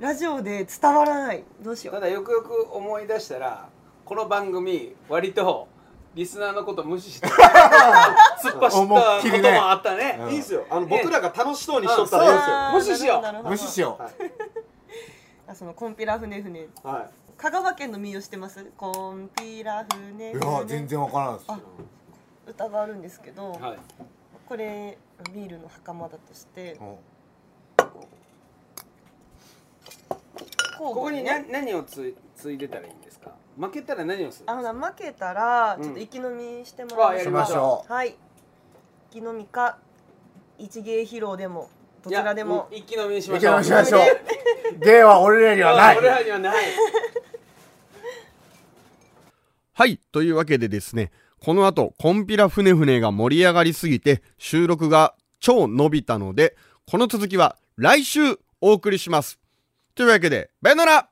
S5: ラジオで伝わらないどうしよ
S3: た
S5: う
S3: だよくよく思い出したらこの番組割とリスナーのこと無 視して突っ走ったこと
S2: 思いっきりね
S3: もあったね
S2: うん
S7: いいですよあの
S3: ね
S7: 僕らが楽しそうにしとったらいいですよ
S5: あー
S3: 無視しよう
S5: なるほど
S2: 無視しよう、
S5: あそのコンピラ船船
S7: はい
S5: 香川県の民謡してますコンピラ船
S2: い、や全然わからんです
S5: あ歌があるんですけど、
S3: はい
S5: これビールの袴だとして
S2: うん
S5: こ
S3: ここにな何をついついでたらいいんですか負けたら何をする
S5: あのな負けたら
S3: うん
S5: ちょっと生き飲みしても
S3: あ
S5: らい
S3: や
S5: まし
S2: し
S5: ょう
S2: ましょ
S3: り
S2: う
S5: はい生き飲みか一芸披露でもどちらでも
S3: いや一気飲みにし
S2: 行
S3: ま
S2: き
S3: しょう
S2: ましょう 芸は俺らには ない
S3: 俺らにはない
S4: はい。というわけでですね、この後、コンピラ船船が盛り上がりすぎて、収録が超伸びたので、この続きは来週お送りします。というわけで、バイナラ